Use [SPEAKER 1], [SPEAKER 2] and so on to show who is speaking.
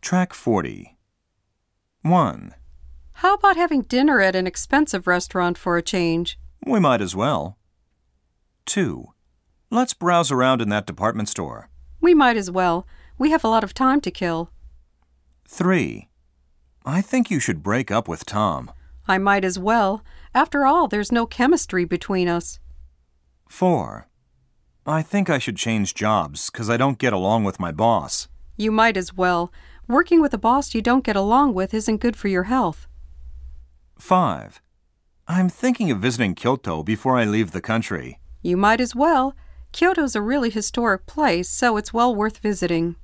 [SPEAKER 1] Track 40. 1.
[SPEAKER 2] How about having dinner at an expensive restaurant for a change?
[SPEAKER 1] We might as well. 2. Let's browse around in that department store.
[SPEAKER 2] We might as well. We have a lot of time to kill.
[SPEAKER 1] 3. I think you should break up with Tom.
[SPEAKER 2] I might as well. After all, there's no chemistry between us.
[SPEAKER 1] 4. I think I should change jobs because I don't get along with my boss.
[SPEAKER 2] You might as well. Working with a boss you don't get along with isn't good for your health.
[SPEAKER 1] 5. I'm thinking of visiting Kyoto before I leave the country.
[SPEAKER 2] You might as well. Kyoto's a really historic place, so it's well worth visiting.